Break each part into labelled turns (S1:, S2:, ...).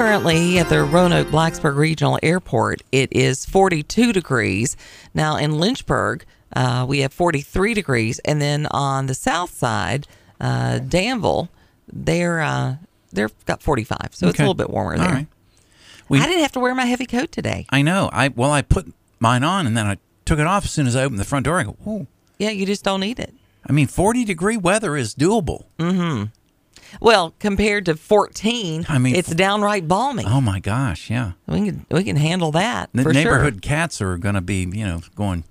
S1: Currently at the Roanoke Blacksburg Regional Airport, it is 42 degrees. Now in Lynchburg, uh, we have 43 degrees, and then on the south side, uh, Danville, they're uh, they're got 45, so it's
S2: Okay.
S1: a little bit warmer there.
S2: All right. We-
S1: I didn't have to wear my heavy coat today.
S2: I know. I well, I put mine on and then I took it off as soon as I opened the front door. I go, "Ooh."
S1: Yeah, you just don't need it.
S2: I mean, forty degree weather is doable.
S1: Mm. Well, compared to 14,
S2: I mean,
S1: it's downright balmy.
S2: Oh my gosh, yeah.
S1: we can we can handle that
S2: The
S1: for
S2: neighborhood
S1: sure.
S2: cats are going to be, you know, going,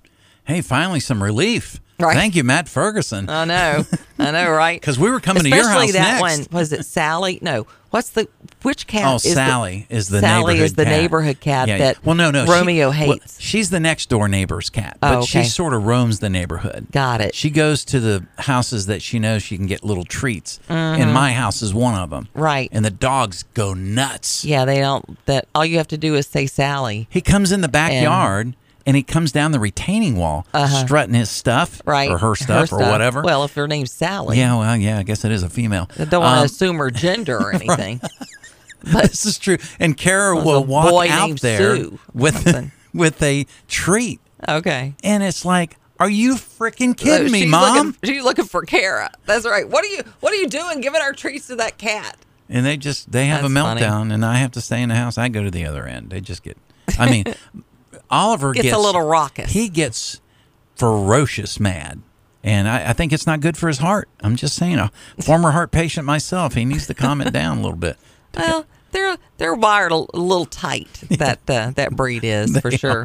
S2: "Hey, finally some relief."
S1: Right.
S2: Thank you, Matt Ferguson,
S1: I know, I know, right?
S2: 'Cause we were coming to
S1: Especially
S2: your house
S1: that
S2: next.
S1: one. Was it Sally? No. What's the which cat?
S2: Oh,
S1: is
S2: Sally
S1: the,
S2: is the
S1: Sally
S2: neighborhood
S1: is the
S2: cat.
S1: neighborhood cat
S2: Yeah, yeah.
S1: that
S2: well, no, no, she-
S1: Romeo
S2: well,
S1: hates.
S2: she's the next door neighbor's cat,
S1: Oh,
S2: but she
S1: okay.
S2: sort of roams the neighborhood.
S1: Got it.
S2: She goes to the houses that she knows she can get little treats, and my house is one of them.
S1: Mm-hmm. Right.
S2: And the dogs go nuts.
S1: yeah, they don't. That all you have to do is say Sally.
S2: He comes in the backyard. And- he comes down the retaining wall, strutting his stuff,
S1: Uh-huh. Right.
S2: or her stuff, or whatever.
S1: Well, if her name's Sally,
S2: yeah, well, yeah, I guess it is a female.
S1: I don't want to
S2: Um,
S1: assume her gender or anything.
S2: This is true. And Kara
S1: a
S2: will walk
S1: boy
S2: out
S1: named
S2: there
S1: Sue or
S2: with
S1: something.
S2: with a treat,
S1: Okay.
S2: and it's like, "Are you freaking kidding
S1: So
S2: me,
S1: Oh, she's
S2: mom?"
S1: Looking, she's looking for Kara. That's right. What are you What are you doing giving our treats to that cat?
S2: and they just they have a
S1: That's funny.
S2: meltdown, and I have to stay in the house. I go to the other end. They just get. I mean, Oliver
S1: Gets a
S2: gets
S1: little raucous.
S2: He gets ferocious mad. And I, I think it's not good for his heart. I'm just saying, a former heart patient myself, he needs to calm it down a little bit.
S1: Well, they're they're wired a l- a little tight. That uh, that breed is for sure.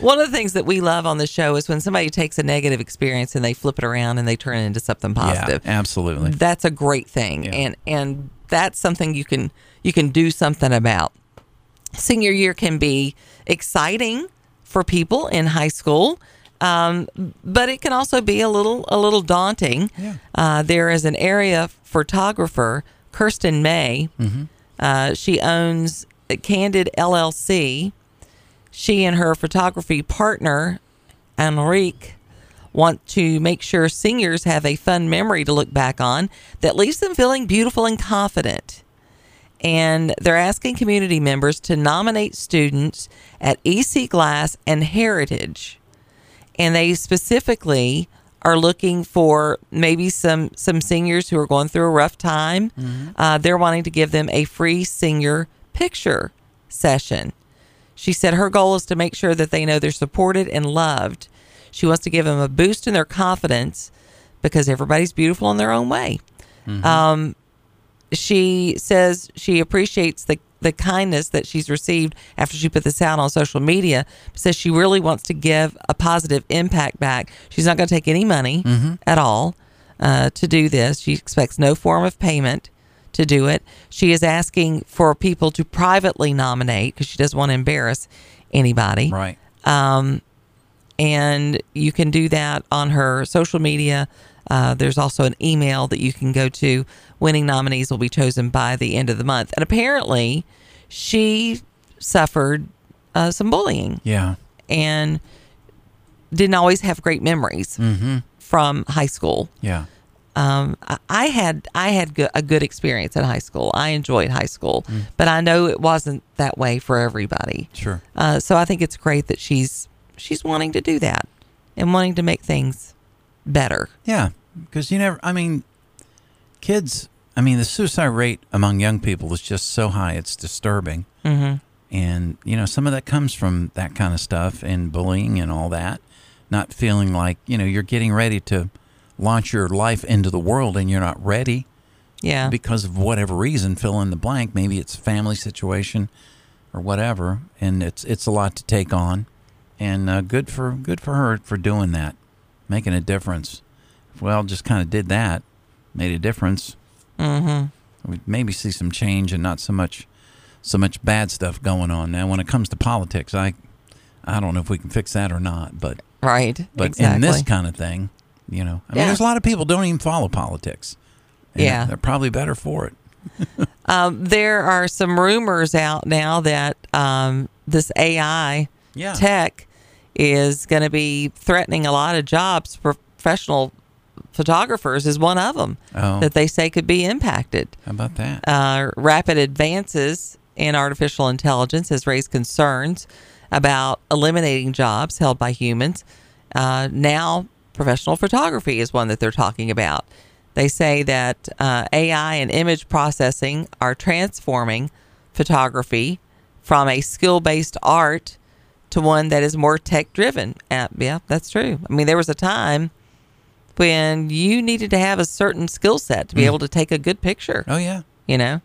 S1: One of the things that we love on the show is when somebody takes a negative experience and they flip it around and they turn it into something positive.
S2: Yeah, absolutely.
S1: That's a great thing,
S2: Yeah.
S1: and and that's something you can you can do something about. Senior year can be exciting for people in high school. Um, but it can also be a little a little daunting.
S2: Yeah.
S1: Uh, there is an area photographer, Kirsten May.
S2: Mm-hmm.
S1: Uh, she owns Candid LLC. She and her photography partner, Enrique, want to make sure seniors have a fun memory to look back on that leaves them feeling beautiful and confident. And they're asking community members to nominate students at EC Glass and Heritage and they specifically are looking for maybe some some seniors who are going through a rough time. Uh, they're wanting to give them a free senior picture session. She said her goal is to make sure that they know they're supported and loved. She wants to give them a boost in their confidence because everybody's beautiful in their own way. Um, she says she appreciates the the kindness that she's received after she put this out on social media. Says she really wants to give a positive impact back. She's not going to take any money at all uh, to do this. She expects no form of payment to do it. She is asking for people to privately nominate because she doesn't want to embarrass anybody
S2: Right.
S1: and you can do that on her social media. Uh, there's also an email that you can go to. Winning nominees will be chosen by the end of the month. And apparently, she suffered uh, some bullying
S2: Yeah.
S1: and didn't always have great memories from high school.
S2: Yeah.
S1: Um, I- I had I had go- a good experience in high school. I enjoyed high school, but I know it wasn't that way for everybody.
S2: Sure.
S1: Uh, so I think it's great that she's she's wanting to do that and wanting to make things better.
S2: Yeah, because you never. I mean, kids. I mean, the suicide rate among young people is just so high; it's disturbing. Mm-hmm. And you know, some of that comes from that kind of stuff and bullying and all that. Not feeling like you know you're getting ready to launch your life into the world and you're not ready
S1: Yeah.
S2: because of whatever reason. Fill in the blank. Maybe it's family situation or whatever, and it's it's a lot to take on. And uh, good for good for her for doing that, making a difference. Well, just kind of did that, made a difference. Mm-hmm. We'd maybe see some change and not so much so much bad stuff going on now. When it comes to politics, I I don't know if we can fix that or not, but
S1: right.
S2: but
S1: exactly.
S2: in this kind of thing, you know, I mean,
S1: Yeah.
S2: there's a lot of people don't even follow politics. and
S1: Yeah.
S2: they're probably better for it.
S1: um, there are some rumors out now that um, this AI
S2: Yeah.
S1: tech is going to be threatening a lot of jobs. Professional photographers is one of them
S2: Oh.
S1: that they say could be impacted.
S2: How about that?
S1: uh, rapid advances and artificial intelligence has raised concerns about eliminating jobs held by humans. Uh, now, professional photography is one that they're talking about. They say that uh, AI and image processing are transforming photography from a skill based art to one that is more tech driven. Uh, yeah, that's true. I mean, there was a time when you needed to have a certain skill set to be able to take a good picture
S2: Oh yeah.
S1: you know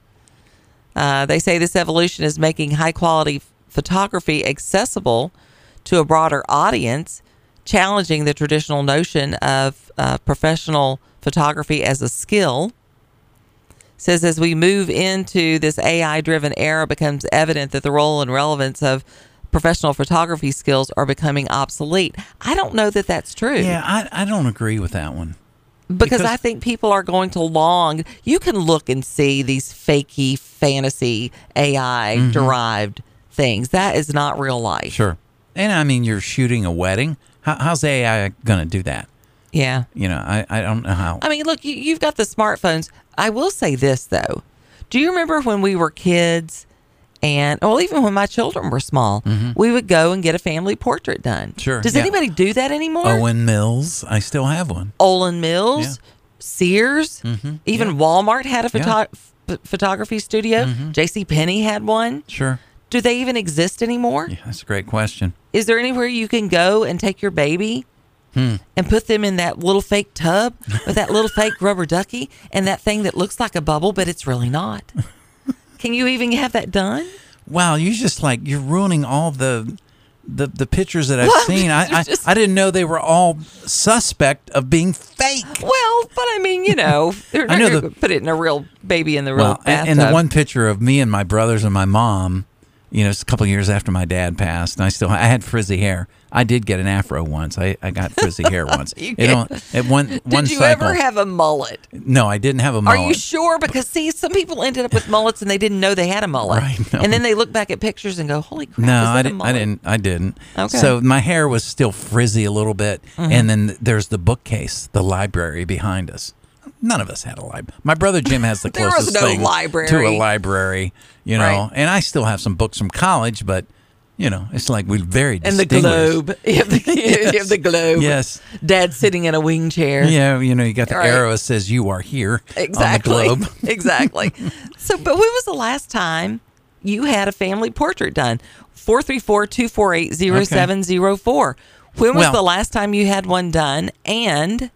S1: uh, they say this evolution is making high quality photography accessible to a broader audience challenging the traditional notion of uh, professional photography as a skill says as we move into this ai driven era becomes evident that the role and relevance of professional photography skills are becoming obsolete i don't know that that's true
S2: Yeah, I, I don't agree with that one.
S1: because,
S2: Because-
S1: I think people are going to long. You can look and see these fakey fantasy AI
S2: Mm-hmm.
S1: derived things. That is not real life.
S2: Sure. And I mean, you're shooting a wedding. How, how's AI going to do that?
S1: Yeah.
S2: You know, I, I don't know how.
S1: I mean, look, you, you've got the smartphones. I will say this though. Do you remember when we were kids and well even when my children were small, we would go and get a family portrait done.
S2: Mm-hmm. Sure,
S1: Does
S2: yeah. Oh,
S1: anybody do that anymore?
S2: Owen Mills, I still have one.
S1: Olin Mills, Sears, even Walmart had a
S2: Mm-hmm. Yeah. Mm-hmm.
S1: photo- ph- photography studio. J.C. Penney had one.
S2: Sure.
S1: Do they even exist anymore?
S2: Yeah, that's a great question.
S1: Is there anywhere you can go and take your baby and put them in that little fake tub with that little fake rubber ducky and that thing that looks like a bubble, but it's really not? Can you even have that done?
S2: Wow, you're just like you're ruining all the the, the pictures that I've
S1: Well,
S2: seen. I, I,
S1: you're just-
S2: I didn't know they were all suspect of being fake.
S1: Well, but I mean, you know, they're not
S2: I know
S1: going
S2: the-
S1: to put it in a real baby in the real
S2: Well, and,
S1: bathtub.
S2: and the one picture of me and my brothers and my mom, you know, it's a couple of years after my dad passed, and I still I had frizzy hair. I did get an afro once. I, I got frizzy hair once.
S1: You
S2: It on, at one
S1: Did
S2: one
S1: you
S2: cycle.
S1: ever have a mullet?
S2: no, I didn't have a
S1: Are
S2: mullet.
S1: you sure? Because see, some people ended up with mullets and they didn't know they had a mullet,
S2: Right, no.
S1: and then they look back at pictures and go, "Holy crap!"
S2: No,
S1: is that
S2: I
S1: a
S2: didn't. I
S1: mullet?"
S2: didn't. I didn't.
S1: Okay. Mm-hmm.
S2: So my hair was still frizzy a little bit, and then there's the bookcase, the library behind us. None of us had a library. My brother Jim has the
S1: There was
S2: closest
S1: no
S2: thing to
S1: library.
S2: a library, you know.
S1: Right.
S2: And I still have some books from college, but you know, it's like we're very
S1: And the
S2: distinguished.
S1: globe. You have the, you have the globe.
S2: Yes.
S1: Dad's sitting in a wing chair.
S2: Yeah, you know, you got the
S1: Right.
S2: arrow that says you are here
S1: Exactly.
S2: on the globe.
S1: exactly. So, but when was the last time you had a family portrait done? 434 248 0704. When was
S2: Well-
S1: the last time you had one done? And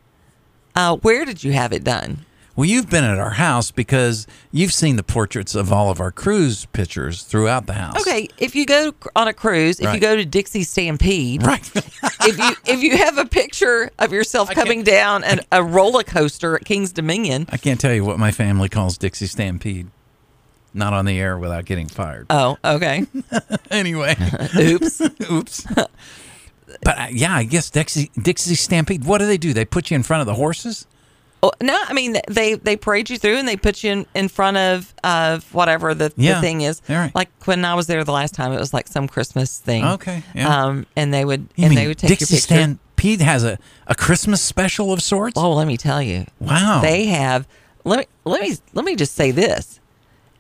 S1: uh, where did you have it done?
S2: Well, you've been at our house because you've seen the portraits of all of our cruise pictures throughout the house.
S1: Okay, if you go on a cruise, if you
S2: Right.
S1: go to Dixie Stampede,
S2: Right.
S1: if you if you have a picture of yourself coming down an, a roller coaster at King's Dominion,
S2: I can't tell you what my family calls Dixie Stampede. Not on the air without getting fired.
S1: oh, okay,
S2: anyway,
S1: oops,
S2: oops. But I, yeah, I guess Dixie, Dixie Stampede. What do they do? They put you in front of the horses.
S1: Oh, no, I mean they they parade you through and they put you in, in front of of whatever the,
S2: Yeah,
S1: the thing is.
S2: all right.
S1: Like when I was there the last time, it was like some Christmas thing.
S2: Okay, yeah.
S1: um, and they would
S2: You
S1: and
S2: mean
S1: they would take
S2: Dixie
S1: your picture.
S2: Stampede has a, a Christmas special of sorts?
S1: Oh, let me tell you,
S2: wow.
S1: they have let me let me let me just say this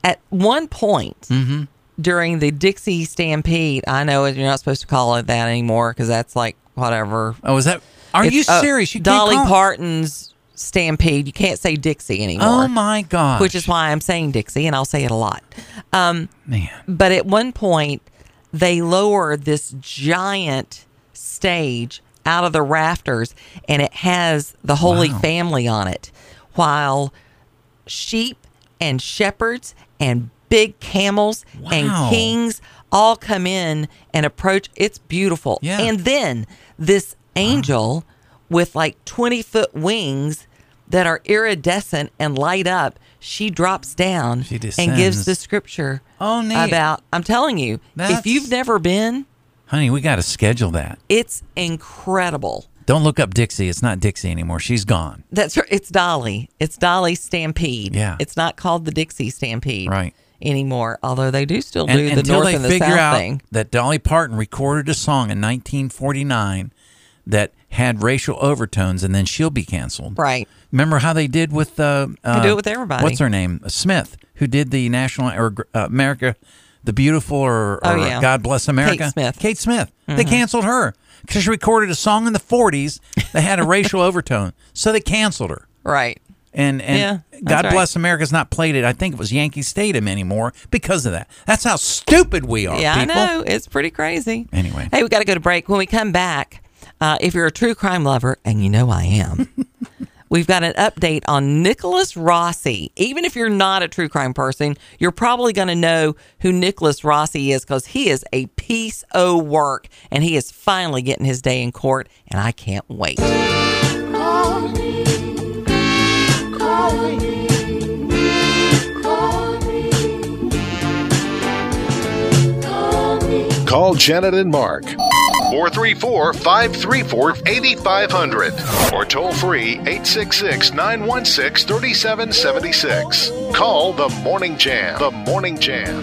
S1: at one point
S2: Mm-hmm.
S1: during the dixie stampede i know you're not supposed to call it that anymore because that's like whatever
S2: oh, is that? Are
S1: It's,
S2: you
S1: uh,
S2: serious? You can't
S1: dolly
S2: call it-
S1: parton's stampede you can't say dixie anymore
S2: Oh my god.
S1: which is why i'm saying dixie and i'll say it a lot
S2: man.
S1: but at one point they lowered this giant stage out of the rafters and it has the holy
S2: Wow.
S1: family on it while sheep and shepherds and big camels
S2: Wow.
S1: and kings all come in and approach it's beautiful
S2: Yeah.
S1: and then this angel with like 20 foot wings that are iridescent and light up she drops down
S2: She
S1: and gives
S2: descends.
S1: the scripture
S2: Oh, neat.
S1: about i'm telling you if
S2: That's-
S1: you've never been
S2: Honey, we got to schedule that.
S1: it's incredible
S2: Don't look up Dixie. It's not Dixie anymore. She's gone.
S1: that's right it's dolly it's dolly stampede
S2: Yeah.
S1: it's not called the dixie stampede
S2: Right.
S1: anymore although they do still
S2: and,
S1: do the
S2: until
S1: north
S2: they
S1: and the
S2: figure
S1: south
S2: out
S1: thing
S2: that Dolly Parton recorded a song in 1949 that had racial overtones, and then she'll be canceled.
S1: right
S2: Remember how they did with uh, uh,
S1: do it with everybody.
S2: What's her name? Uh, Smith, who did the National or uh, America the Beautiful or, or
S1: Oh, yeah.
S2: God Bless America?
S1: Smith. Mm-hmm.
S2: Kate Smith. They canceled her because she recorded a song in the 40s that had a racial overtone. So they canceled her.
S1: Right.
S2: And and
S1: Yeah,
S2: God
S1: that's right.
S2: bless America's not played it. I think it was Yankee Stadium anymore because of that. That's how stupid we are,
S1: Yeah,
S2: people.
S1: I know. It's pretty crazy.
S2: Anyway.
S1: Hey, we got to go to break. When we come back, uh, if you're a true crime lover, and you know I am, we've got an update on Nicholas Rossi. Even if you're not a true crime person, you're probably going to know who Nicholas Rossi is because he is a piece of work and he is finally getting his day in court, and I can't wait.
S3: Call Janet and Mark
S4: 434 534 8500 or toll free 866 916 3776. Call the Morning Jam. The Morning Jam.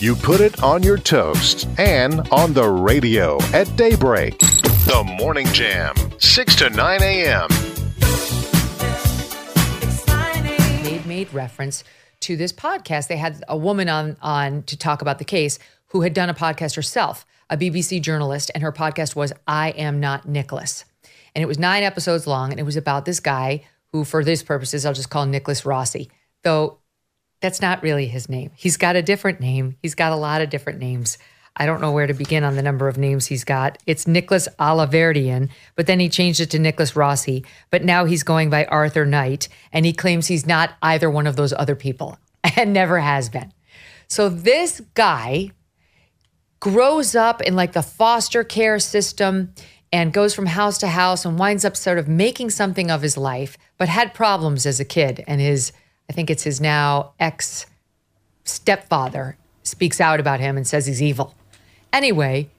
S4: You put it on your toast and on the radio at daybreak. The Morning Jam, 6 to 9 a.m.
S5: They've made reference to this podcast. They had a woman on on to talk about the case who had done a podcast herself, a BBC journalist, and her podcast was I Am Not Nicholas. And it was nine episodes long, and it was about this guy who, for these purposes, I'll just call Nicholas Rossi. Though that's not really his name. He's got a different name. He's got a lot of different names. I don't know where to begin on the number of names he's got. It's Nicholas Oliverdian, but then he changed it to Nicholas Rossi. But now he's going by Arthur Knight, and he claims he's not either one of those other people and never has been. So this guy grows up in like the foster care system and goes from house to house and winds up sort of making something of his life, but had problems as a kid. And his, I think it's his now ex stepfather speaks out about him and says he's evil. Anyway,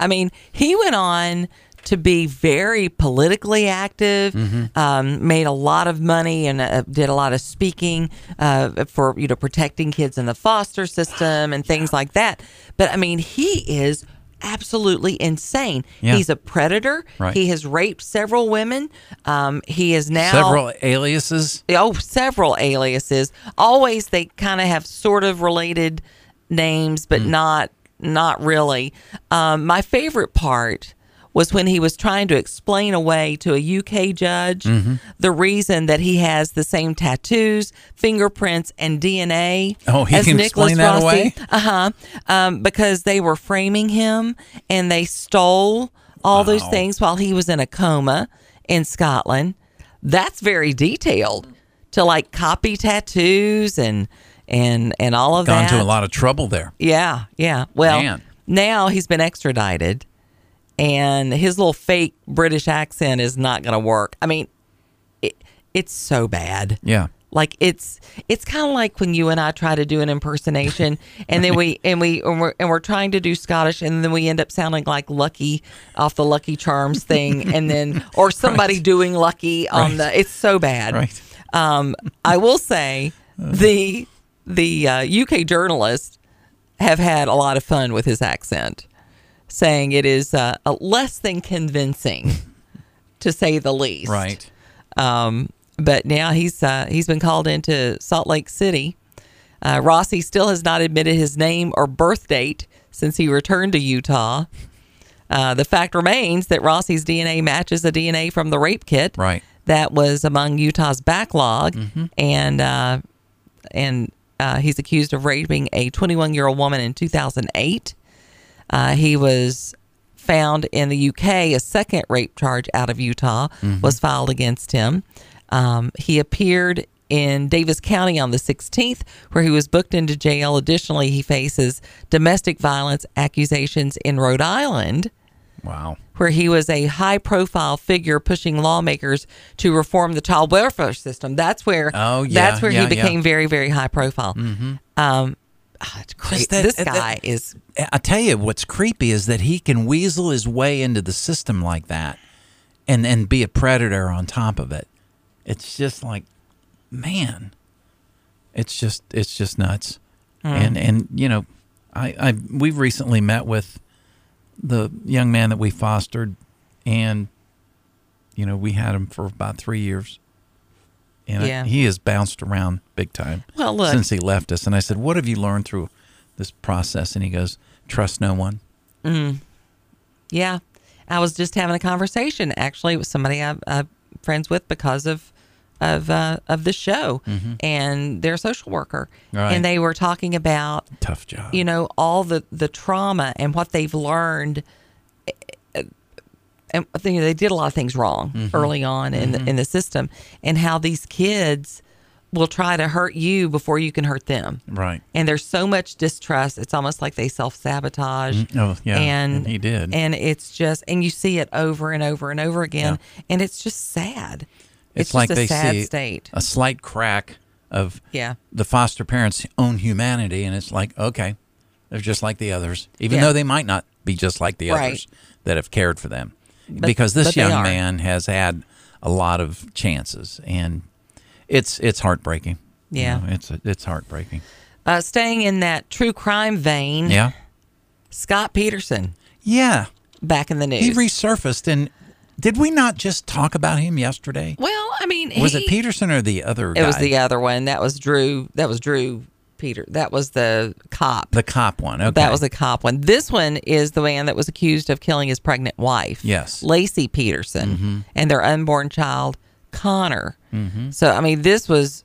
S1: I mean, he went on to be very politically active,
S2: Mm-hmm.
S1: um, made a lot of money, and uh, did a lot of speaking uh, for you know protecting kids in the foster system and things like that. But I mean, he is absolutely insane.
S2: Yeah.
S1: He's a predator.
S2: Right.
S1: He has raped several women. Um, he is now
S2: Several aliases.
S1: oh several aliases always they kind of have sort of related names but
S2: Hmm.
S1: not not really um, my favorite part was when he was trying to explain away to a UK judge
S2: Mm-hmm.
S1: the reason that he has the same tattoos, fingerprints, and DNA
S2: Oh, he
S1: as
S2: can
S1: Nicholas
S2: explain that
S1: Rossi.
S2: away?
S1: Uh huh. Um, because they were framing him and they stole all those things while he was in a coma in Scotland. That's very detailed to like copy tattoos and and and all of
S2: Gone
S1: that.
S2: to a lot of trouble there.
S1: Yeah, yeah. Well,
S2: Man.
S1: now he's been extradited, and his little fake British accent is not going to work. I mean, it, it's so bad.
S2: Yeah.
S1: Like it's it's kind of like when you and I try to do an impersonation, and then we and we and we're, and we're trying to do Scottish, and then we end up sounding like Lucky off the Lucky Charms thing, and then or somebody doing Lucky on the. It's so bad.
S2: Right. Uh.
S1: Um, I will say the the uh, UK journalists have had a lot of fun with his accent, saying it is uh, a less than convincing, to say the least.
S2: Right.
S1: Um, but now he's uh, he's been called into Salt Lake City. Uh, Rossi still has not admitted his name or birth date since he returned to Utah. Uh, the fact remains that Rossi's DNA matches the DNA from the rape kit
S2: Right.
S1: that was among Utah's backlog, and uh, and uh, he's accused of raping a 21 year old woman in 2008. Uh, he was found in the UK. A second rape charge out of Utah
S2: Mm-hmm.
S1: was filed against him. Um, he appeared in Davis County on the 16th, where he was booked into jail. Additionally, he faces domestic violence accusations in Rhode Island
S2: Wow.
S1: where he was a high profile figure pushing lawmakers to reform the child welfare system. That's where
S2: Oh, yeah,
S1: that's where
S2: yeah, Mm-hmm.
S1: he became
S2: yeah.
S1: very, very high profile. Um, ah, it's cra-
S2: Just that-
S1: this
S2: that-
S1: guy is
S2: I tell you what's creepy is that he can weasel his way into the system like that and and be a predator on top of it. It's just like man. It's just it's just nuts. And and you know, I I we recently met with the young man that we fostered, and you know we had him for about three years, and I-
S1: Yeah.
S2: he has bounced around big time.
S1: Well, look.
S2: since he left us, and I said, "What have you learned through this process?" And he goes, "Trust no one."
S1: Yeah. I was just having a conversation actually with somebody I'm uh, friends with because of of uh, of the show and their social worker,
S2: Mm-hmm. Right.
S1: and they were talking about
S2: Tough job.
S1: you know all the the trauma and what they've learned. eh, eh, And I think they did a lot of things wrong
S2: Mm-hmm.
S1: early on in the, in the system, and how these kids will try to hurt you before you can hurt them.
S2: right?
S1: And there's so much distrust; it's almost like they self sabotage.
S2: Oh, yeah.
S1: and,
S2: And he did.
S1: and it's just and you see it over and over and over again, and it's just sad.
S2: It's,
S1: just
S2: like
S1: a
S2: they
S1: sad
S2: see
S1: state.
S2: a slight crack of
S1: Yeah.
S2: the foster parents' own humanity, and it's like, okay, they're just like the others, even
S1: Yeah.
S2: though they might not be just like the
S1: Right.
S2: others that have cared for them, because this
S1: but they
S2: young
S1: are.
S2: man has had a lot of chances, and it's it's heartbreaking. You
S1: Yeah.
S2: know, it's it's heartbreaking.
S1: Uh, staying in that true crime vein,
S2: Yeah,
S1: Scott Peterson
S2: yeah.
S1: back in the news.
S2: He resurfaced, and did we not just talk about him yesterday?
S1: well, I mean,
S2: Was
S1: he,
S2: it Peterson or the other?
S1: It was
S2: guy?
S1: the other one. That was Drew. That was Drew Peter. That was the cop.
S2: the cop one. Okay,
S1: That was the cop one. This one is the man that was accused of killing his pregnant wife.
S2: Yes. Mm-hmm.
S1: Lacey Peterson and their unborn child, Connor. So, I mean, this was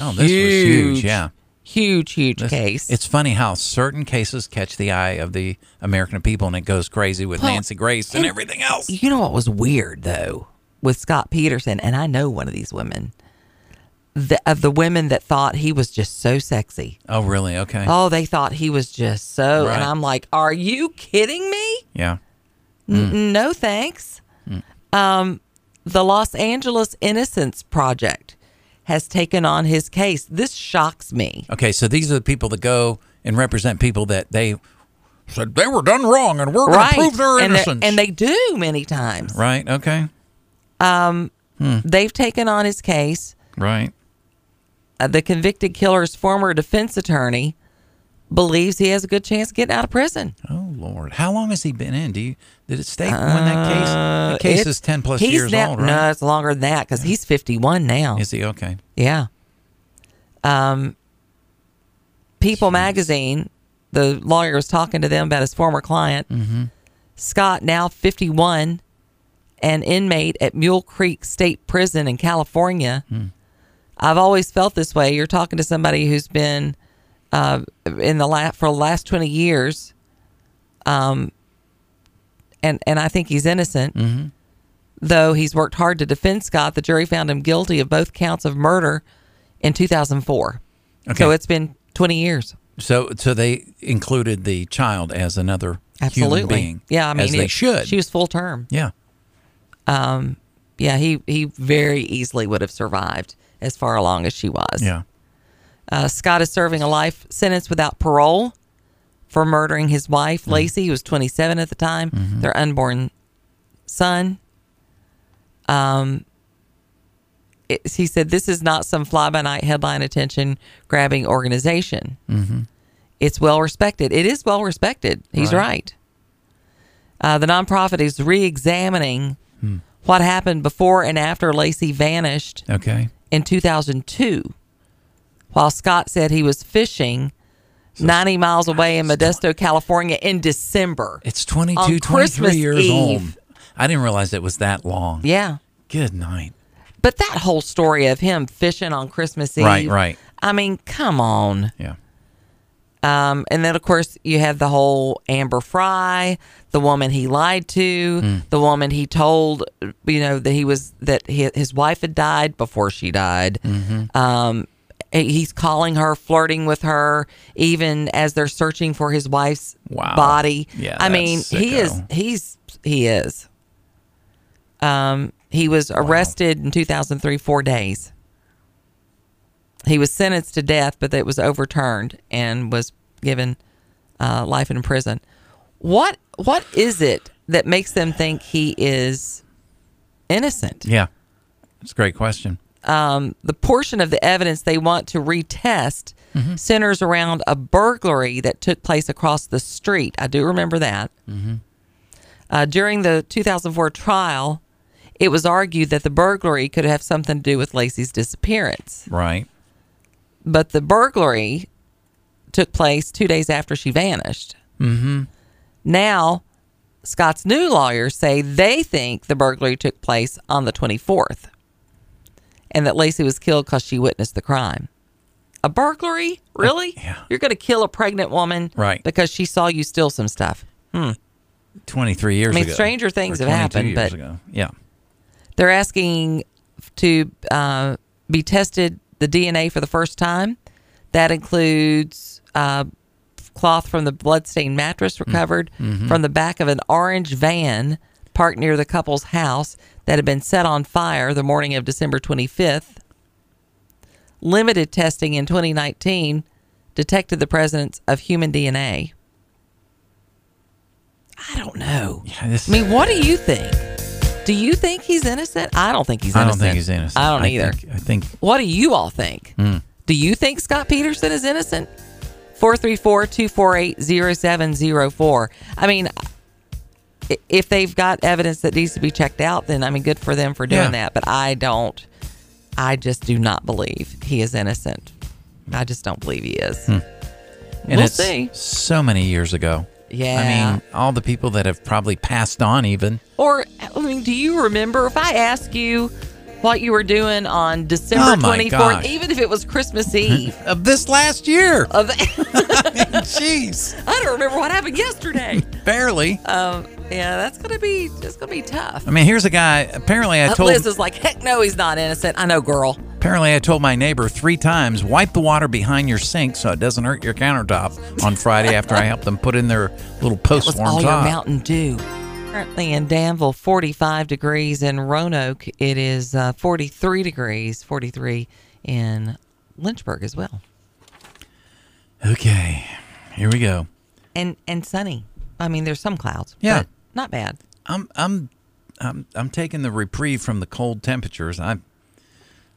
S2: oh, this was huge. Yeah,
S1: Huge, huge
S2: This-
S1: case.
S2: It's funny how certain cases catch the eye of the American people and it goes crazy with
S1: Well,
S2: Nancy Grace and, everything else.
S1: you know what was weird, though, with Scott Peterson, and I know one of these women, the, of the women that thought he was just so sexy.
S2: Oh, really? Okay.
S1: Oh, they thought he was just so.
S2: Right.
S1: And I'm like, are you kidding me?
S2: Yeah.
S1: N- No thanks. Um, the Los Angeles Innocence Project has taken on his case. This shocks me.
S2: Okay. So these are the people that go and represent people that they said they were done wrong and we're going to prove their
S1: and, they're-
S2: innocence.
S1: and they do many times.
S2: right. Okay.
S1: They've taken on his case.
S2: Right.
S1: Uh, the convicted killer's former defense attorney believes he has a good chance of getting out of prison.
S2: Oh Lord, how long has he been in? Do you did it state when that case? That case
S1: Uh, It-
S2: is ten plus
S1: he's
S2: years
S1: now-
S2: old, right?
S1: No, it's longer than that because he's 51 now.
S2: Is he okay?
S1: Yeah. Um, People magazine, the lawyer was talking to them about his former client, Scott, now 51, an inmate at Mule Creek State Prison in California.
S2: Hmm.
S1: I've always felt this way. You're talking to somebody who's been uh, in the last for the last 20 years, um, and and I think he's innocent.
S2: Mm-hmm.
S1: Though he's worked hard to defend Scott, the jury found him guilty of both counts of murder in 2004.
S2: Okay.
S1: So it's been 20 years.
S2: So, so they included the child as another
S1: Absolutely.
S2: human being.
S1: Yeah, I mean,
S2: as they
S1: it-
S2: should.
S1: She was full term.
S2: yeah,
S1: Yeah, he he very easily would have survived as far along as she was.
S2: yeah.
S1: Uh, Scott is serving a life sentence without parole for murdering his wife, Lacey, who was 27 at the time, their unborn son. Um, it, he said, This is not some fly by night headline attention grabbing organization. It's well respected. It is well respected. He's right. Uh, the nonprofit is re examining what happened before and after Lacey vanished
S2: Okay.
S1: in 2002 while Scott said he was fishing 90 miles away in Modesto, California in December.
S2: It's 22,
S1: On
S2: 23
S1: Christmas
S2: years
S1: Eve.
S2: old. I didn't realize it was that long.
S1: Yeah.
S2: Good night.
S1: But that whole story of him fishing on Christmas Eve.
S2: Right, right.
S1: I mean, come on.
S2: Yeah.
S1: Um, and then, of course, you have the whole Amber Fry, the woman he lied to,
S2: Hmm.
S1: the woman he told, you know, that he was that hi his wife had died before she died.
S2: Mm-hmm.
S1: Um, he- he's calling her, flirting with her, even as they're searching for his wife's
S2: Wow.
S1: body.
S2: Yeah,
S1: I mean,
S2: that's
S1: he is
S2: sicko.
S1: he's he is. Um, he was arrested in 2003, four days he was sentenced to death, but it was overturned and was given uh, life in prison. What what is it that makes them think he is innocent?
S2: Yeah. It's a great question.
S1: um, the portion of the evidence they want to retest centers around a burglary that took place across the street. I do remember that. Uh, during the 2004 trial, it was argued that the burglary could have something to do with Lacey's disappearance,
S2: Right.
S1: but the burglary took place two days after she vanished. Mm-hmm. Now, Scott's new lawyers say they think the burglary took place on the 24th and that Lacey was killed because she witnessed the crime. A burglary? Really?
S2: Uh, Yeah.
S1: You're going to kill a pregnant woman
S2: Right.
S1: because she saw you steal some stuff.
S2: 23 years ago.
S1: I mean, stranger things
S2: Or
S1: have
S2: 22
S1: happened,
S2: years
S1: but-
S2: ago. Yeah.
S1: They're asking to uh, be tested the DNA for the first time. That includes uh, cloth from the bloodstained mattress
S2: Mm.
S1: recovered
S2: Mm-hmm.
S1: from the back of an orange van parked near the couple's house that had been set on fire the morning of December 25th. Limited testing in 2019 detected the presence of human DNA. I don't know.
S2: Yeah, this-
S1: I mean, what do you think? Do you think he's innocent? I don't think he's
S2: I
S1: innocent.
S2: don't think he's innocent.
S1: I don't either.
S2: Think, Hmm. I think
S1: What do you all think? Do you think Scott Peterson is innocent? 434 248 0704. I mean, i- if they've got evidence that needs to be checked out, then I mean, good for them for doing
S2: Yeah.
S1: that. But I don't, I just do not believe he is innocent. I just don't believe he is.
S2: And
S1: We'll
S2: it's
S1: see.
S2: so many years ago. I
S1: Yeah.
S2: mean, all the people that have probably passed on, even.
S1: Or, I mean, do you remember if I ask you what you were doing on December
S2: Oh, my
S1: 24th,
S2: gosh.
S1: even if it was Christmas Eve?
S2: Of this last year.
S1: of,
S2: Jeez.
S1: I don't remember what happened yesterday.
S2: Barely.
S1: Um, yeah, that's gonna be that's gonna be tough.
S2: I mean, here's a guy. Apparently, I
S1: Uh,
S2: told.
S1: Liz is like, heck no, he's not innocent. I know, girl.
S2: Apparently, I told my neighbor three times wipe the water behind your sink so it doesn't hurt your countertop on Friday after I helped them put in their little
S1: It was
S2: post warm
S1: all your
S2: top.
S1: Mountain Dew. Currently in Danville, 45 degrees. In Roanoke, it is uh, 43 degrees. 43 in Lynchburg as well,
S2: Okay, here we go.
S1: and and sunny. I mean, there's some clouds.
S2: Yeah.
S1: but not bad.
S2: I'm I'm I'm I'm taking the reprieve from the cold temperatures. I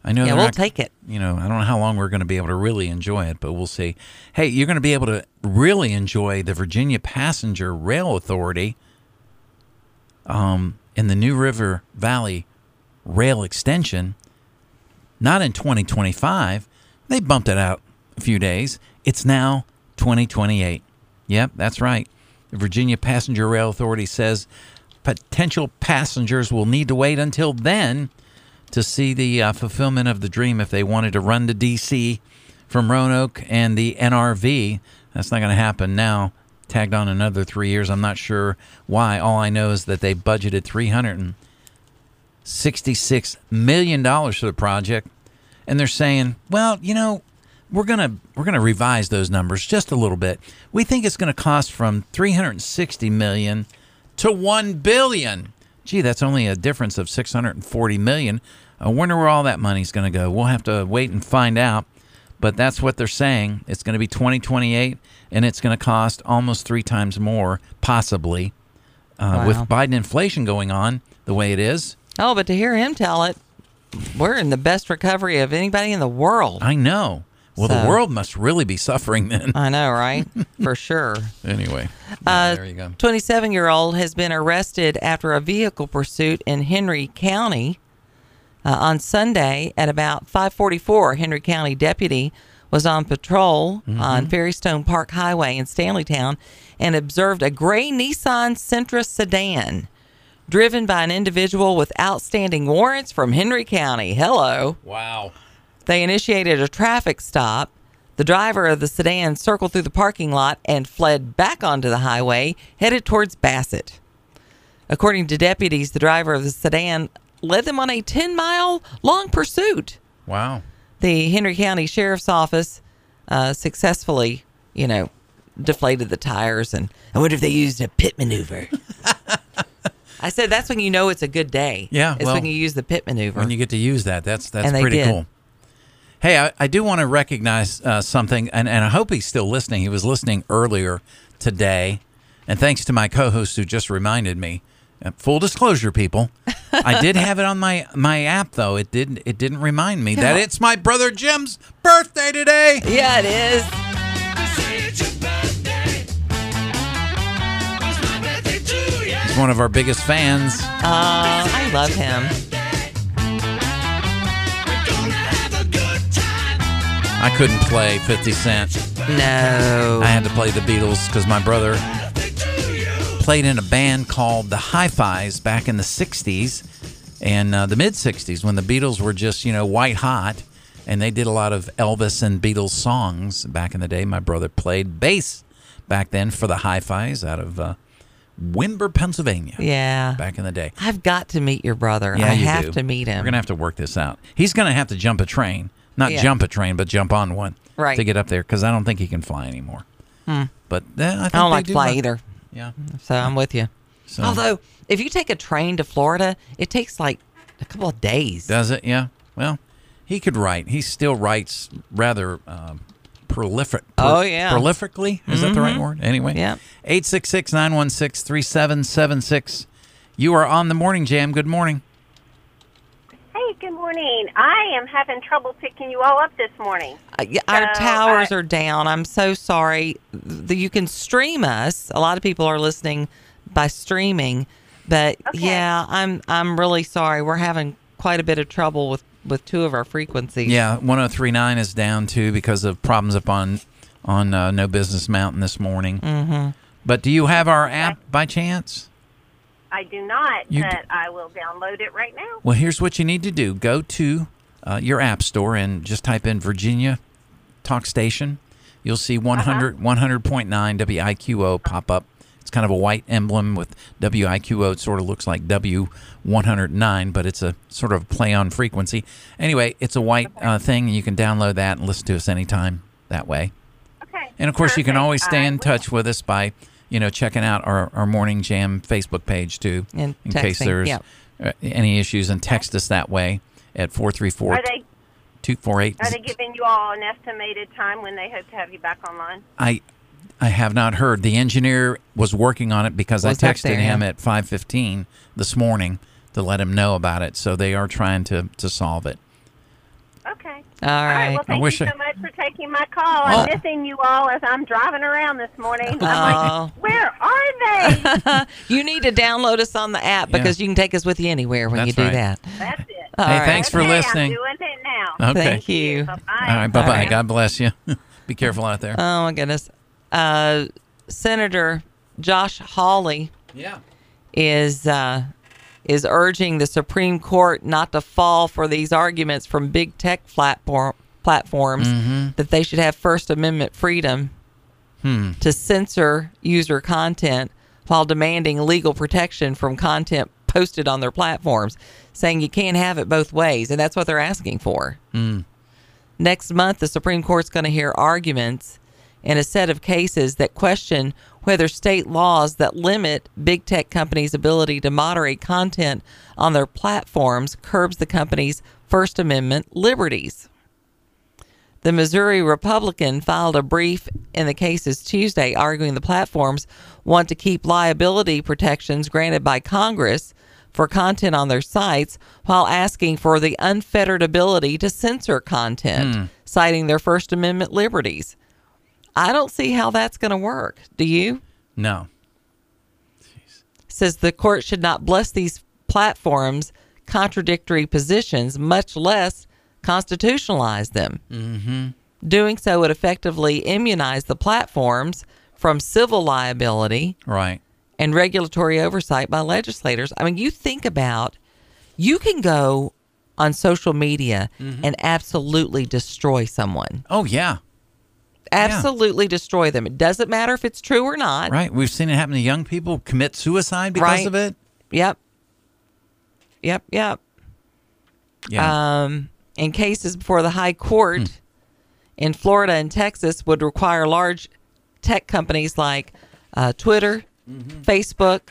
S2: I know
S1: Yeah,
S2: they're
S1: we'll
S2: not-
S1: take it.
S2: You know, I don't know how long we're going to be able to really enjoy it, but we'll see. Hey, you're going to be able to really enjoy the Virginia Passenger Rail Authority um in the New River Valley rail extension not in 2025. They bumped it out a few days. It's now 2028. Yep, that's right. The Virginia Passenger Rail Authority says potential passengers will need to wait until then to see the uh, fulfillment of the dream if they wanted to run to D.C. from Roanoke and the NRV. That's not going to happen now. Tagged on another three years. I'm not sure why. All I know is that they budgeted 300 and $66 million for the project. And they're saying, well, you know, we're going to we're going to revise those numbers just a little bit. We think it's going to cost from 360 million to 1 billion. Gee, that's only a difference of 640 million. I wonder where all that money's going to go. We'll have to wait and find out. But that's what they're saying. It's going to be 2028 and it's going to cost almost 3 times more possibly. Uh, With
S1: Wow.
S2: Biden inflation going on the way it is,
S1: Oh, but to hear him tell it, we're in the best recovery of anybody in the world.
S2: I know. Well, the
S1: So- Uh,
S2: world must really be suffering then.
S1: I know, right? For sure.
S2: anyway,
S1: uh,
S2: there you go.
S1: 27 year old has been arrested after a vehicle pursuit in Henry County uh, on Sunday at about 544. Henry County deputy was on patrol
S2: Mm-hmm.
S1: on Ferrystone Park Highway in Stanleytown and observed a gray Nissan Sentra sedan driven by an individual with outstanding warrants from Henry County. Hello.
S2: Wow.
S1: They initiated a traffic stop. The driver of the sedan circled through the parking lot and fled back onto the highway, headed towards Bassett. According to deputies, the driver of the sedan led them on a 10 mile long pursuit.
S2: Wow.
S1: The Henry County Sheriff's Office uh, successfully, you know, deflated the tires. And I wonder if they used a pit maneuver. I said that's when you know it's a good day.
S2: Yeah,
S1: It's
S2: well,
S1: when you use the pit maneuver.
S2: When you get to use that, that's that's
S1: And they
S2: pretty
S1: did.
S2: cool. Hey, I, I do want to recognize uh, something, and, and I hope he's still listening. He was listening earlier today, and thanks to my co-host who just reminded me. Uh, full disclosure, people, I did have it on my my app though. It didn't it didn't remind me that it's my brother Jim's birthday today.
S1: Yeah, it is.
S2: He's one of our biggest fans.
S1: Uh, I love him.
S2: I couldn't play 50 Cent.
S1: No.
S2: I had to play the Beatles because my brother played in a band called the Hi-Fi's back in the 60s and uh, the mid 60s when the Beatles were just, you know, white hot and they did a lot of Elvis and Beatles songs back in the day. My brother played bass back then for the Hi-Fi's out of uh, Wimber, Pennsylvania.
S1: Yeah.
S2: Back in the day.
S1: I've got to meet your brother.
S2: Yeah,
S1: I
S2: you
S1: have
S2: do.
S1: to meet him.
S2: We're gonna have to work this out. He's gonna have to jump a train, not
S1: Yeah.
S2: jump a train, but jump on one,
S1: Right. Hmm.
S2: to get up there because I don't think he can fly anymore. But then I, think
S1: I don't
S2: they
S1: like to
S2: do
S1: fly
S2: run-
S1: either,
S2: Yeah.
S1: so I'm with you.
S2: So
S1: Although, if you take a train to Florida, it takes like a couple of days.
S2: does it? Yeah. Well, he could write. He still writes rather um, prolific.
S1: Oh, yeah. Mm-hmm.
S2: Prolifically is that the right word? Anyway.
S1: Yeah.
S2: Eight six six nine one six three seven seven six. You are on the morning jam. Good morning.
S6: Hey, good morning. I am having trouble picking you all up this morning.
S1: Uh, yeah, Our
S6: So,
S1: towers
S6: I-
S1: are down. I'm so sorry. The, you can stream us. A lot of people are listening by streaming, but
S6: Okay.
S1: yeah, I'm I'm really sorry. We're having quite a bit of trouble with with two of our frequencies.
S2: Yeah, 1039 is down too because of problems up on on uh, No Business Mountain this morning. Mm-hmm. But do you have our app by chance?
S6: I do not,
S2: You
S6: but
S2: d-
S6: I will download it right now.
S2: Well, here's what you need to do go to uh, your app store and just type in Virginia Talk Station. You'll see 100, 100.9 WIQO pop up. It's kind of a white emblem with WIQO. It sort of looks like W109, but it's a sort of play on frequency. Anyway, it's a white uh, thing, and you can download that and listen to us anytime that way.
S6: Okay.
S2: And of course, you can
S6: Perfect.
S2: always stay
S6: I
S2: in
S6: will.
S2: touch with us by, you know, checking out our, our Morning Jam Facebook page too,
S1: And
S2: in case
S1: texting,
S2: there's
S1: yeah.
S2: uh, any issues, and text us that way at 434
S6: Are they
S2: 248.
S6: are they giving you all an estimated time when they hope to have you back online?
S2: I, I have not heard. The engineer was working on it because
S1: Was
S2: I
S1: up
S2: texted
S1: there,
S2: him
S1: yeah.
S2: at 515 this morning to let him know about it. So they are trying to, to solve it.
S6: Okay.
S1: All
S6: All right.
S1: right.
S6: Well, thank
S2: wish
S6: you
S2: I-
S6: so much for taking my call. I'm
S2: Oh.
S6: missing you all as I'm driving around this morning. I'm
S1: Oh.
S6: like, where are they?
S1: you need to download us on the app
S2: Yeah.
S1: because you can take us with you anywhere when you
S2: That's
S1: do
S2: right.
S1: that.
S6: That's it.
S1: All
S2: hey,
S1: right.
S2: thanks for
S6: okay,
S2: listening.
S6: I'm doing it now.
S2: Okay.
S1: Thank you.
S6: Bye-bye.
S2: All right. Bye bye.
S1: right.
S2: God bless you. Be careful out there.
S1: Oh my goodness. Uh, Senator Josh Hawley
S2: yeah.
S1: is uh, is urging the Supreme Court not to fall for these arguments from big tech platform platforms that they should have First Amendment freedom to censor user content while demanding legal protection from content posted on their platforms, saying you can't have it both ways, and that's what they're asking for. Next month, the Supreme Court's going to hear arguments in a set of cases that question whether state laws that limit big tech companies' ability to moderate content on their platforms curbs the company's First Amendment liberties. The Missouri Republican filed a brief in the cases Tuesday, arguing the platforms want to keep liability protections granted by Congress for content on their sites while asking for the unfettered ability to censor content, citing their First Amendment liberties. I don't see how that's going to work. Do you?
S2: No.
S1: says the court should not bless these platforms' contradictory positions, much less constitutionalize them. Mm-hmm. Doing so would effectively immunize the platforms from civil liability
S2: Right.
S1: and regulatory oversight by legislators. I mean, you think about you can go on social media and absolutely destroy someone.
S2: Oh yeah.
S1: Absolutely destroy them. It doesn't matter if it's true or not.
S2: Right. We've seen it happen to young people commit suicide because
S1: Right.
S2: of it.
S1: Yep. Yep, yep.
S2: Yeah.
S1: um, and cases before the high court
S2: Hmm.
S1: in Florida and Texas would require large tech companies like uh, Twitter,
S2: Mm-hmm.
S1: Facebook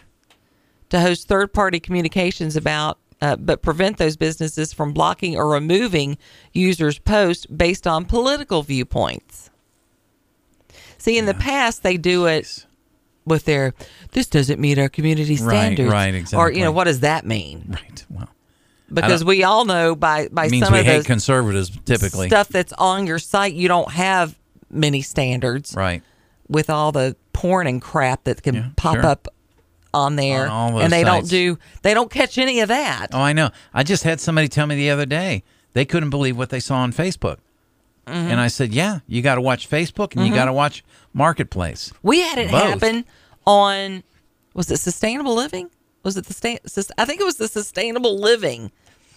S1: to host third party communications about, uh, but prevent those businesses from blocking or removing users' posts based on political viewpoints. See, in the past, they do it with their, this doesn't meet our community
S2: Right,
S1: standards.
S2: right,
S1: Or, you
S2: exactly.
S1: know, what does that mean?
S2: right.
S1: because we all know by by
S2: It means
S1: some
S2: we
S1: of
S2: hate
S1: those
S2: conservatives typically.
S1: stuff that's on your site, you don't have many standards
S2: Right.
S1: with all the porn and crap that can pop
S2: sure.
S1: up on there,
S2: On all those
S1: and they don't
S2: sites.
S1: do they don't catch any of that.
S2: Oh, I know. I just had somebody tell me the other day they couldn't believe what they saw on Facebook.
S1: Mm-hmm.
S2: And I said, yeah, you got to watch Facebook and you got to watch Marketplace.
S1: We had it
S2: Both.
S1: happen on was it sustainable living? Was it the state? I think it was the sustainable living.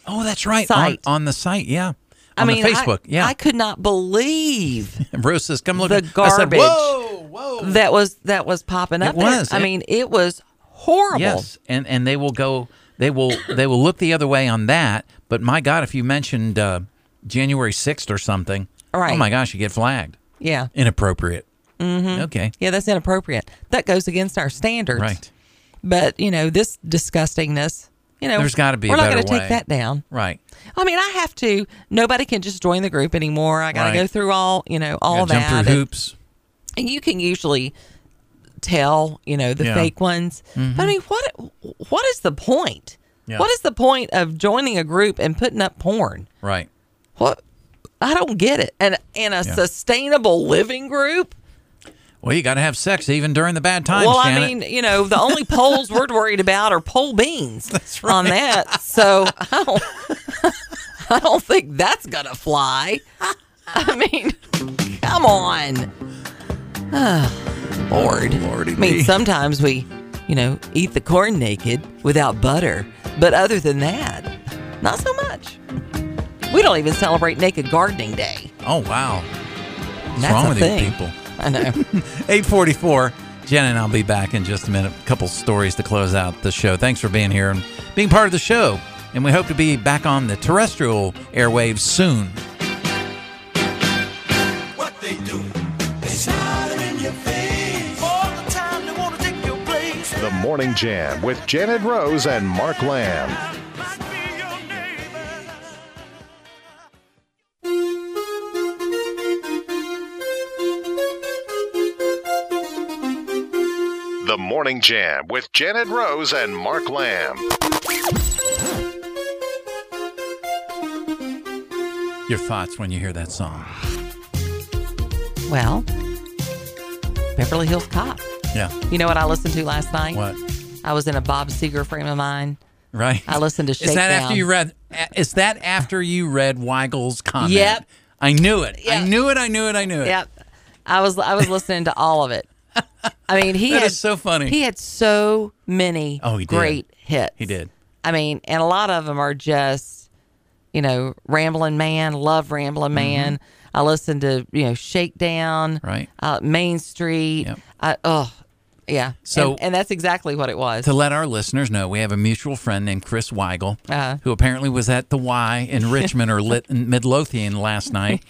S2: Oh, that's right.
S1: Site.
S2: On, on the site, yeah. On
S1: I mean,
S2: the
S1: I-
S2: Facebook, yeah.
S1: I could not believe
S2: Bruce says, come look
S1: the
S2: at I said,
S1: garbage.
S2: whoa, whoa.
S1: that was that was popping up.
S2: It
S1: there.
S2: was.
S1: I
S2: It-
S1: mean, it was horrible.
S2: Yes, and and they will go. They will they will look the other way on that. But my God, if you mentioned uh, January sixth or something,
S1: Right.
S2: Oh my gosh, you get flagged.
S1: Yeah.
S2: Inappropriate. Mm-hmm. Okay.
S1: Yeah, that's inappropriate. That goes against our standards.
S2: Right.
S1: But you know this disgustingness. You know,
S2: There's gotta be a
S1: We're not
S2: better
S1: gonna
S2: way.
S1: take that down.
S2: Right.
S1: I mean, I have to. Nobody can just join the group anymore. I got to
S2: Right.
S1: go through all you know all
S2: Gotta
S1: that.
S2: jump through
S1: and-
S2: hoops.
S1: and you can usually tell you know the
S2: Yeah. Mm-hmm.
S1: fake ones but i mean what what is the point
S2: Yeah.
S1: what is the point of joining a group and putting up porn
S2: Right.
S1: what i don't get it and in a
S2: Yeah.
S1: sustainable living group
S2: Well, you got to have sex even during the bad times.
S1: well i
S2: Janet.
S1: mean you know the only polls we're worried about are pole beans on that so i don't i don't think that's gonna fly i mean come on
S2: Lord, Oh, Lordy
S1: I mean,
S2: me.
S1: sometimes we, you know, eat the corn naked without butter, but other than that, not so much. We don't even celebrate Naked Gardening Day.
S2: oh wow, what's
S1: That's
S2: wrong
S1: a
S2: with
S1: thing.
S2: you people?
S1: I know.
S2: 844. Jen and I'll be back in just a minute. A couple stories to close out the show. Thanks for being here and being part of the show. And we hope to be back on the terrestrial airwaves soon.
S7: what they do. They smile in your face all the time. They wanna take your place.
S4: The Morning Jam with Janet Rose and Mark Lamb.
S7: I'd be your neighbor.
S4: The Morning Jam with Janet Rose and Mark Lamb.
S2: Your thoughts when you hear that song.
S1: Well, Beverly Hills Cop.
S2: Yeah.
S1: You know what I listened to last night?
S2: What?
S1: I was in a Bob Seger frame of mind.
S2: Right.
S1: I listened to
S2: Is that after
S1: Shakedown.
S2: you read? a- Is that after you read Weigel's comment?
S1: Yep.
S2: I knew it. I
S1: Yeah.
S2: knew it. I knew it. I knew it.
S1: Yep. I was I was listening to all of it. I mean, he
S2: That
S1: had
S2: is so funny.
S1: He had so many
S2: Oh, he did.
S1: great hits.
S2: He did.
S1: I mean, and a lot of them are just, you know, Ramblin' Man, love Ramblin' Man. I listened to, you know, Shakedown,
S2: Mm-hmm. Right.
S1: Uh, Main Street.
S2: Yep.
S1: I, oh, yeah.
S2: So-
S1: and, and that's exactly what it was.
S2: To let our listeners know, we have a mutual friend named Chris Weigel,
S1: Uh-huh.
S2: who apparently was at the Y in Richmond or Lit- Midlothian last night,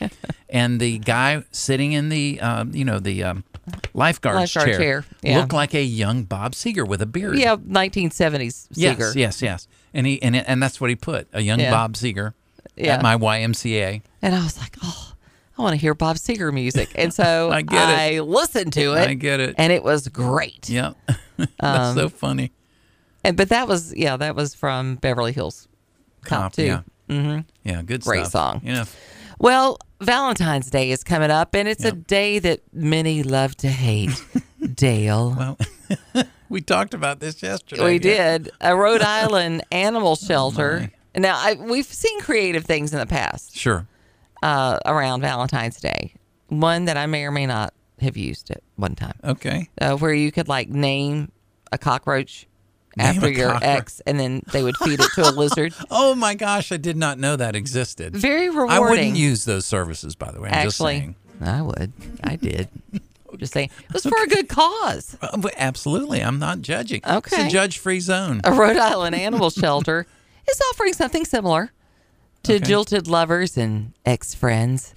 S2: and the guy sitting in the um, you know the um, lifeguard,
S1: Lifeguard chair, yeah.
S2: looked like a young Bob Seger with a beard.
S1: yeah, 1970s
S2: yes,
S1: Seeger.
S2: yes, yes. And he and and that's what he put a young
S1: Yeah.
S2: Bob Seger
S1: Yeah.
S2: at my YMCA.
S1: And I was like, oh, I want to hear Bob Seger music. And so
S2: I get it.
S1: listened to it.
S2: I get it.
S1: And it was great.
S2: Yeah, that's
S1: Um,
S2: so funny.
S1: And, but that was, yeah, that was from Beverly Hills Cop, too.
S2: yeah, mm-hmm. yeah, good
S1: Great
S2: stuff.
S1: song.
S2: You know,
S1: Well, Valentine's Day is coming up, and it's a day that many love to hate. Dale.
S2: well, we talked about this yesterday.
S1: we
S2: Yeah.
S1: did a Rhode Island animal
S2: Oh,
S1: shelter. now, I, we've seen creative things in the past
S2: Sure.
S1: uh, around Valentine's Day. One that I may or may not have used at one time,
S2: Okay.
S1: uh, where you could like name a cockroach
S2: Name
S1: after
S2: a
S1: your
S2: cockroach.
S1: ex, and then they would feed it to a lizard.
S2: Oh my gosh, I did not know that existed.
S1: Very
S2: I wouldn't
S1: rewarding.
S2: use those services, by the way. I'm just
S1: Actually,
S2: saying.
S1: I would. I did. Just saying, it was for a good cause.
S2: Uh, but absolutely, I'm not judging. it's a
S1: Okay. Oh.
S2: judge-free zone.
S1: a Rhode Island animal shelter is offering something similar to
S2: Okay.
S1: jilted lovers and ex friends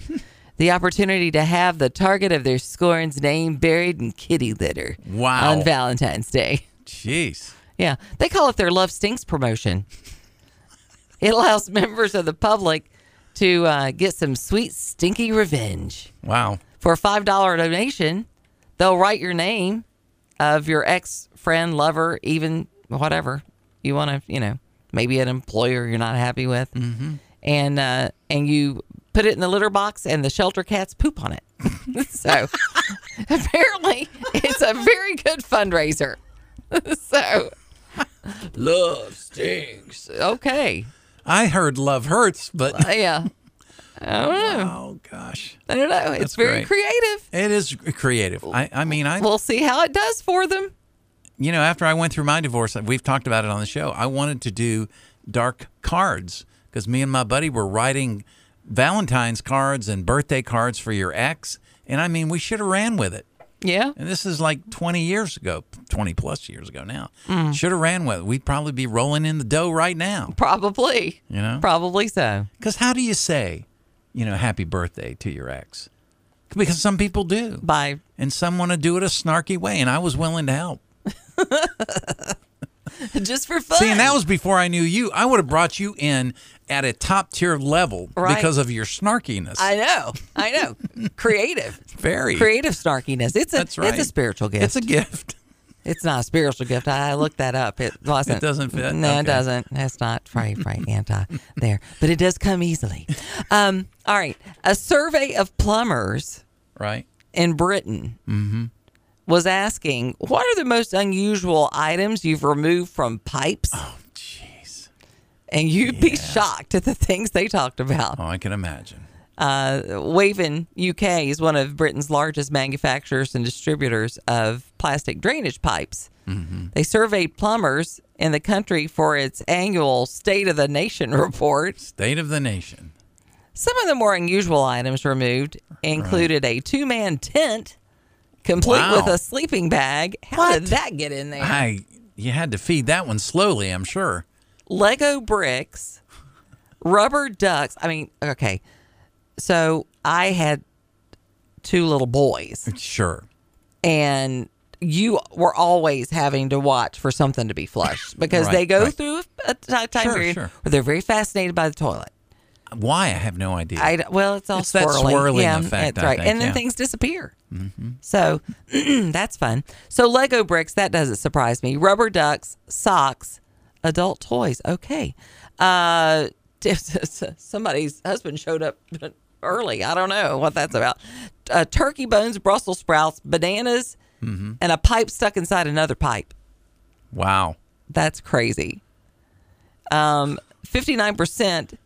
S1: the opportunity to have the target of their scorn's name buried in kitty litter
S2: Wow.
S1: on Valentine's Day.
S2: Jeez.
S1: Yeah, they call it their Love Stinks promotion. it allows members of the public to uh, get some sweet, stinky revenge.
S2: Wow.
S1: For a $5 donation, they'll write your name of your ex friend, lover, even whatever you want to, you know, maybe an employer you're not happy with, and uh, and you put it in the litter box, and the shelter cats poop on it. so apparently, it's a very good fundraiser. so
S2: Love stings.
S1: okay,
S2: I heard love hurts, but
S1: yeah,
S2: oh gosh,
S1: I don't know. It's
S2: That's
S1: very
S2: great.
S1: creative.
S2: it is creative. I, I mean, I
S1: We'll see how it does for them.
S2: you know, after I went through my divorce, uh, we've talked about it on the show. I wanted to do dark cards because me and my buddy were writing Valentine's cards and birthday cards for your ex, and I mean, we should have ran with it.
S1: Yeah.
S2: And this is like 20 years ago, 20 plus years ago now.
S1: Mm.
S2: Should have ran with it. We'd probably be rolling in the dough right now,
S1: Probably.
S2: you know?
S1: Probably so.
S2: Because how do you say, you know, happy birthday to your ex? Because some people do.
S1: By
S2: And some want to do it a snarky way, and I was willing to help.
S1: just for fun.
S2: See, and that was before I knew you. I would have brought you in at a top tier level
S1: Right.
S2: because of your snarkiness.
S1: I know. I know. creative.
S2: Very.
S1: Creative snarkiness. It's a
S2: That's right.
S1: it's a spiritual gift.
S2: It's a gift.
S1: It's not a spiritual gift. I looked that up. It wasn't.
S2: It doesn't fit?
S1: No,
S2: Okay.
S1: it doesn't. That's not right, right, anti there. But it does come easily. Um, all right. A survey of plumbers
S2: Right.
S1: in Britain was asking what are the most unusual items you've removed from pipes? Oh, jeez. And you'd be shocked at the things they talked about.
S2: Oh, I can imagine.
S1: Uh, Waven UK is one of Britain's largest manufacturers and distributors of plastic drainage pipes. They surveyed plumbers in the country for its annual State of the Nation report.
S2: State of the nation.
S1: Some of the more unusual items removed included a two man tent complete
S2: Wow.
S1: with a sleeping bag. How did that get in there?
S2: I. You had to feed that one slowly, I'm sure.
S1: Lego bricks, rubber ducks. I mean, okay. So I had two little boys.
S2: Sure.
S1: and you were always having to watch for something to be flushed because
S2: Right,
S1: they go
S2: right.
S1: through a ti- time
S2: Sure,
S1: period
S2: sure.
S1: where they're very fascinated by the toilet.
S2: Why? I have no idea.
S1: I d- well, it's all
S2: It's that
S1: swirling.
S2: swirling
S1: yeah,
S2: effect,
S1: That's
S2: I
S1: right,
S2: think,
S1: and then
S2: yeah. Mm-hmm.
S1: things disappear. So that's fun. So Lego bricks that doesn't surprise me. Rubber ducks, socks, adult toys. Okay, uh, somebody's husband showed up early. I don't know what that's about. Uh, turkey bones, Brussels sprouts, bananas,
S2: Mm-hmm.
S1: and a pipe stuck inside another pipe.
S2: wow.
S1: That's crazy. Um, 59%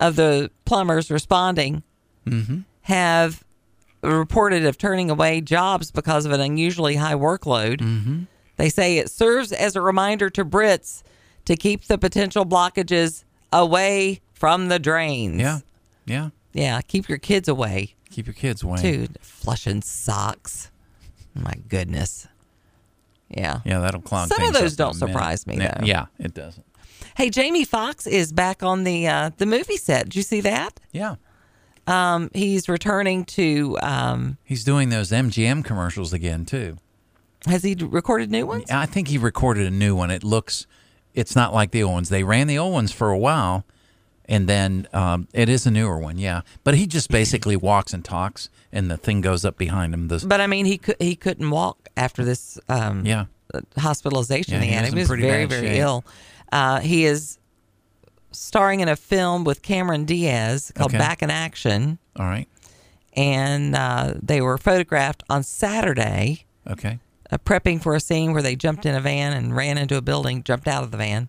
S1: of the plumbers responding have reported of turning away jobs because of an unusually high workload. They say it serves as a reminder to Brits to keep the potential blockages away from the drains.
S2: Yeah. Yeah.
S1: Yeah. Keep your kids away.
S2: Keep your kids away.
S1: Dude, flushing socks. My goodness. Yeah.
S2: Yeah, that'll clog
S1: Some of
S2: things
S1: those
S2: up in
S1: don't
S2: a minute.
S1: surprise me,
S2: Yeah,
S1: though.
S2: Yeah, it doesn't.
S1: Hey, Jamie Foxx is back on the uh, the movie set. Did you see that?
S2: Yeah.
S1: Um, he's returning to. Um,
S2: He's doing those MGM commercials again, too.
S1: has he recorded new ones?
S2: I think he recorded a new one. It looks, it's not like the old ones. They ran the old ones for a while, and then um, it is a newer one. Yeah, but he just basically walks and talks, and the thing goes up behind him. The
S1: But I mean, he could he couldn't walk after this. Um,
S2: yeah,
S1: uh, hospitalization
S2: Yeah,
S1: he
S2: he
S1: had. He
S2: was in
S1: was
S2: pretty
S1: very
S2: bad
S1: very
S2: shape.
S1: ill. Uh, he is starring in a film with Cameron Diaz called
S2: Okay.
S1: Back in Action,
S2: all right,
S1: and uh, they were photographed on Saturday.
S2: okay,
S1: uh, prepping for a scene where they jumped in a van and ran into a building, jumped out of the van.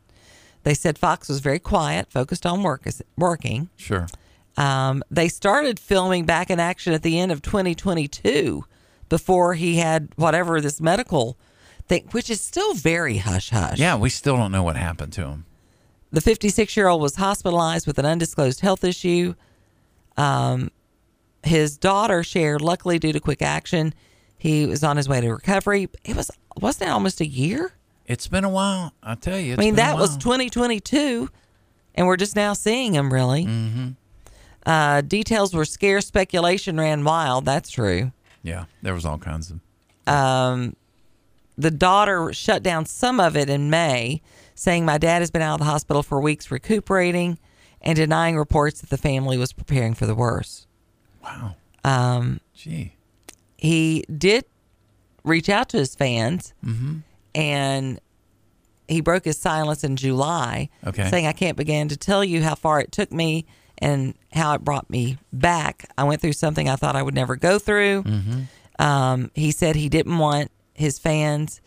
S1: They said Fox was very quiet, focused on work, working.
S2: sure.
S1: Um, they started filming back in action at the end of 2022 before he had whatever this medical thing, which is still very hush hush.
S2: Yeah, we still don't know what happened to him.
S1: The 56 year old was hospitalized with an undisclosed health issue. Um, his daughter shared, luckily, due to quick action, he was on his way to recovery. It was, wasn't it almost a year?
S2: It's been a while. I tell you, it's
S1: I mean,
S2: been a
S1: that was
S2: while.
S1: 2022, and we're just now seeing him, really. Mm-hmm. Uh, details were scarce, speculation ran wild. That's true.
S2: yeah, there was all kinds of
S1: The daughter shut down some of it in May, saying, My dad has been out of the hospital for weeks recuperating and denying reports that the family was preparing for the worst.
S2: wow. Um, gee,
S1: He did reach out to his fans, and he broke his silence in July,
S2: Okay.
S1: saying I can't begin to tell you how far it took me and how it brought me back. I went through something I thought I would never go through. Um, he said he didn't want his fans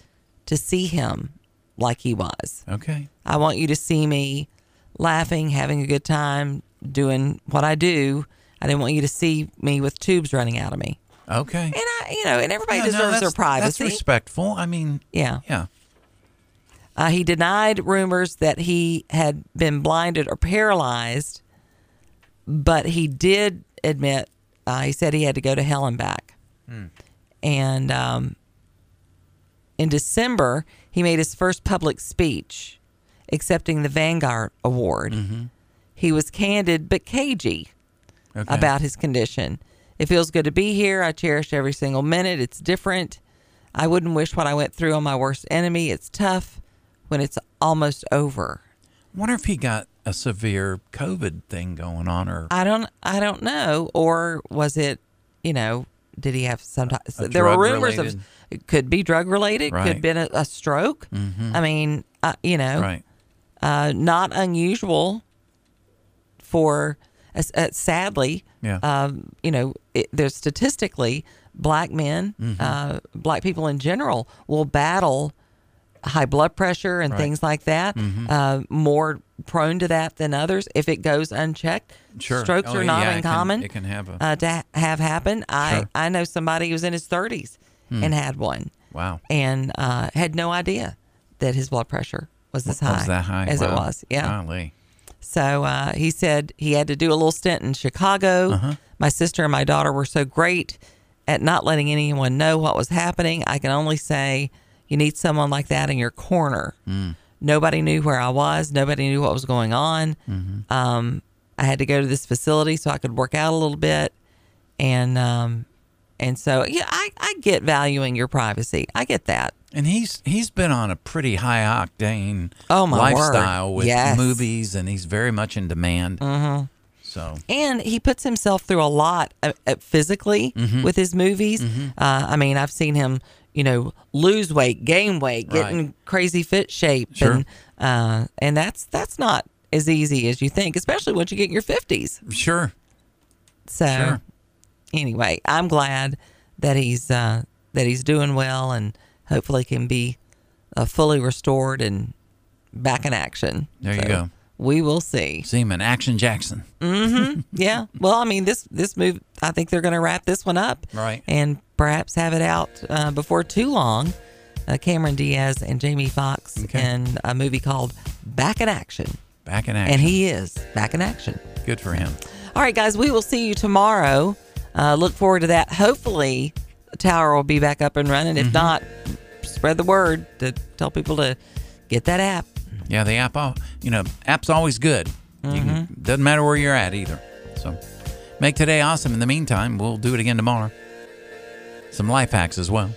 S1: to see him like he was.
S2: Okay.
S1: I want you to see me laughing, having a good time, doing what I do. I didn't want you to see me with tubes running out of me.
S2: Okay.
S1: And I, you know, and everybody
S2: Yeah, no,
S1: deserves their
S2: that's-
S1: privacy.
S2: That's respectful. I mean,
S1: Yeah.
S2: yeah.
S1: Uh, he denied rumors that he had been blinded or paralyzed, but he did admit, uh, he said he had to go to hell and back.
S2: Hmm.
S1: And um, in December, he made his first public speech accepting the Vanguard Award.
S2: Mm-hmm.
S1: He was candid but cagey
S2: Okay.
S1: about his condition. It feels good to be here. I cherish every single minute. It's different. I wouldn't wish what I went through on my worst enemy. It's tough when it's almost over.
S2: Wonder if he got a severe COVID thing going on, or
S1: I don't I don't know or was it, you know, did he have some ti-
S2: a
S1: there were
S2: drug
S1: rumors
S2: related-
S1: of it could be drug related, could
S2: Right. Mm-hmm.
S1: have been a, a stroke. I mean, uh, you know,
S2: right?
S1: uh, not unusual for, uh, uh, sadly,
S2: Yeah.
S1: um, you know, it, there's statistically black men,
S2: Mm-hmm.
S1: uh, black people in general will battle high blood pressure and things like that,
S2: Mm-hmm.
S1: uh, more prone to that than others if it goes unchecked.
S2: Sure.
S1: Strokes
S2: Oh,
S1: are not
S2: yeah, it can-
S1: uncommon
S2: it can have a-
S1: uh, to ha- have happen. I,
S2: Sure. Hmm.
S1: I know somebody who was in his 30s and had one
S2: Wow.
S1: and uh, had no idea that his blood pressure was as high,
S2: was that high
S1: as it
S2: Wow.
S1: was. Yeah.
S2: Golly.
S1: So uh, he said he had to do a little stint in Chicago.
S2: Uh-huh.
S1: My sister and my daughter were so great at not letting anyone know what was happening. I can only say you need someone like that in your corner.
S2: Mm.
S1: Nobody knew where I was. Nobody knew what was going on.
S2: Mm-hmm.
S1: Um, I had to go to this facility so I could work out a little bit, and um, and so yeah, I, I get valuing your privacy. I get that.
S2: And he's he's been on a pretty high octane
S1: Oh, my word.
S2: lifestyle with
S1: Yes.
S2: movies, and he's very much in demand. Mm-hmm. So
S1: and he puts himself through a lot uh, uh, physically
S2: Mm-hmm.
S1: with his movies. Uh, I mean, I've seen him, you know, lose weight, gain weight,
S2: Right.
S1: get in crazy fit shape,
S2: Sure.
S1: and uh, and that's that's not as easy as you think, especially once you get in your fifties.
S2: sure,
S1: So
S2: Sure.
S1: anyway, I'm glad that he's uh, that he's doing well and hopefully can be uh, fully restored and back in action.
S2: There you
S1: So
S2: go.
S1: We will see.
S2: see him in Action Jackson.
S1: Yeah. Well, I mean, this this move. I think they're going to wrap this one up,
S2: Right.
S1: And perhaps have it out uh, before too long. Uh, Cameron Diaz and Jamie Foxx
S2: Okay.
S1: in a movie called Back in Action,
S2: Back in action.
S1: and he is back in action.
S2: good for him.
S1: All right, guys, we will see you tomorrow. Uh, look forward to that. Hopefully, the tower will be back up and running.
S2: Mm-hmm.
S1: If not, spread the word to tell people to get that app.
S2: Yeah, the app. al- You know, app's always good. You can,
S1: Mm-hmm.
S2: doesn't matter where you're at either. So make today awesome. In the meantime, we'll do it again tomorrow. Some life hacks as well.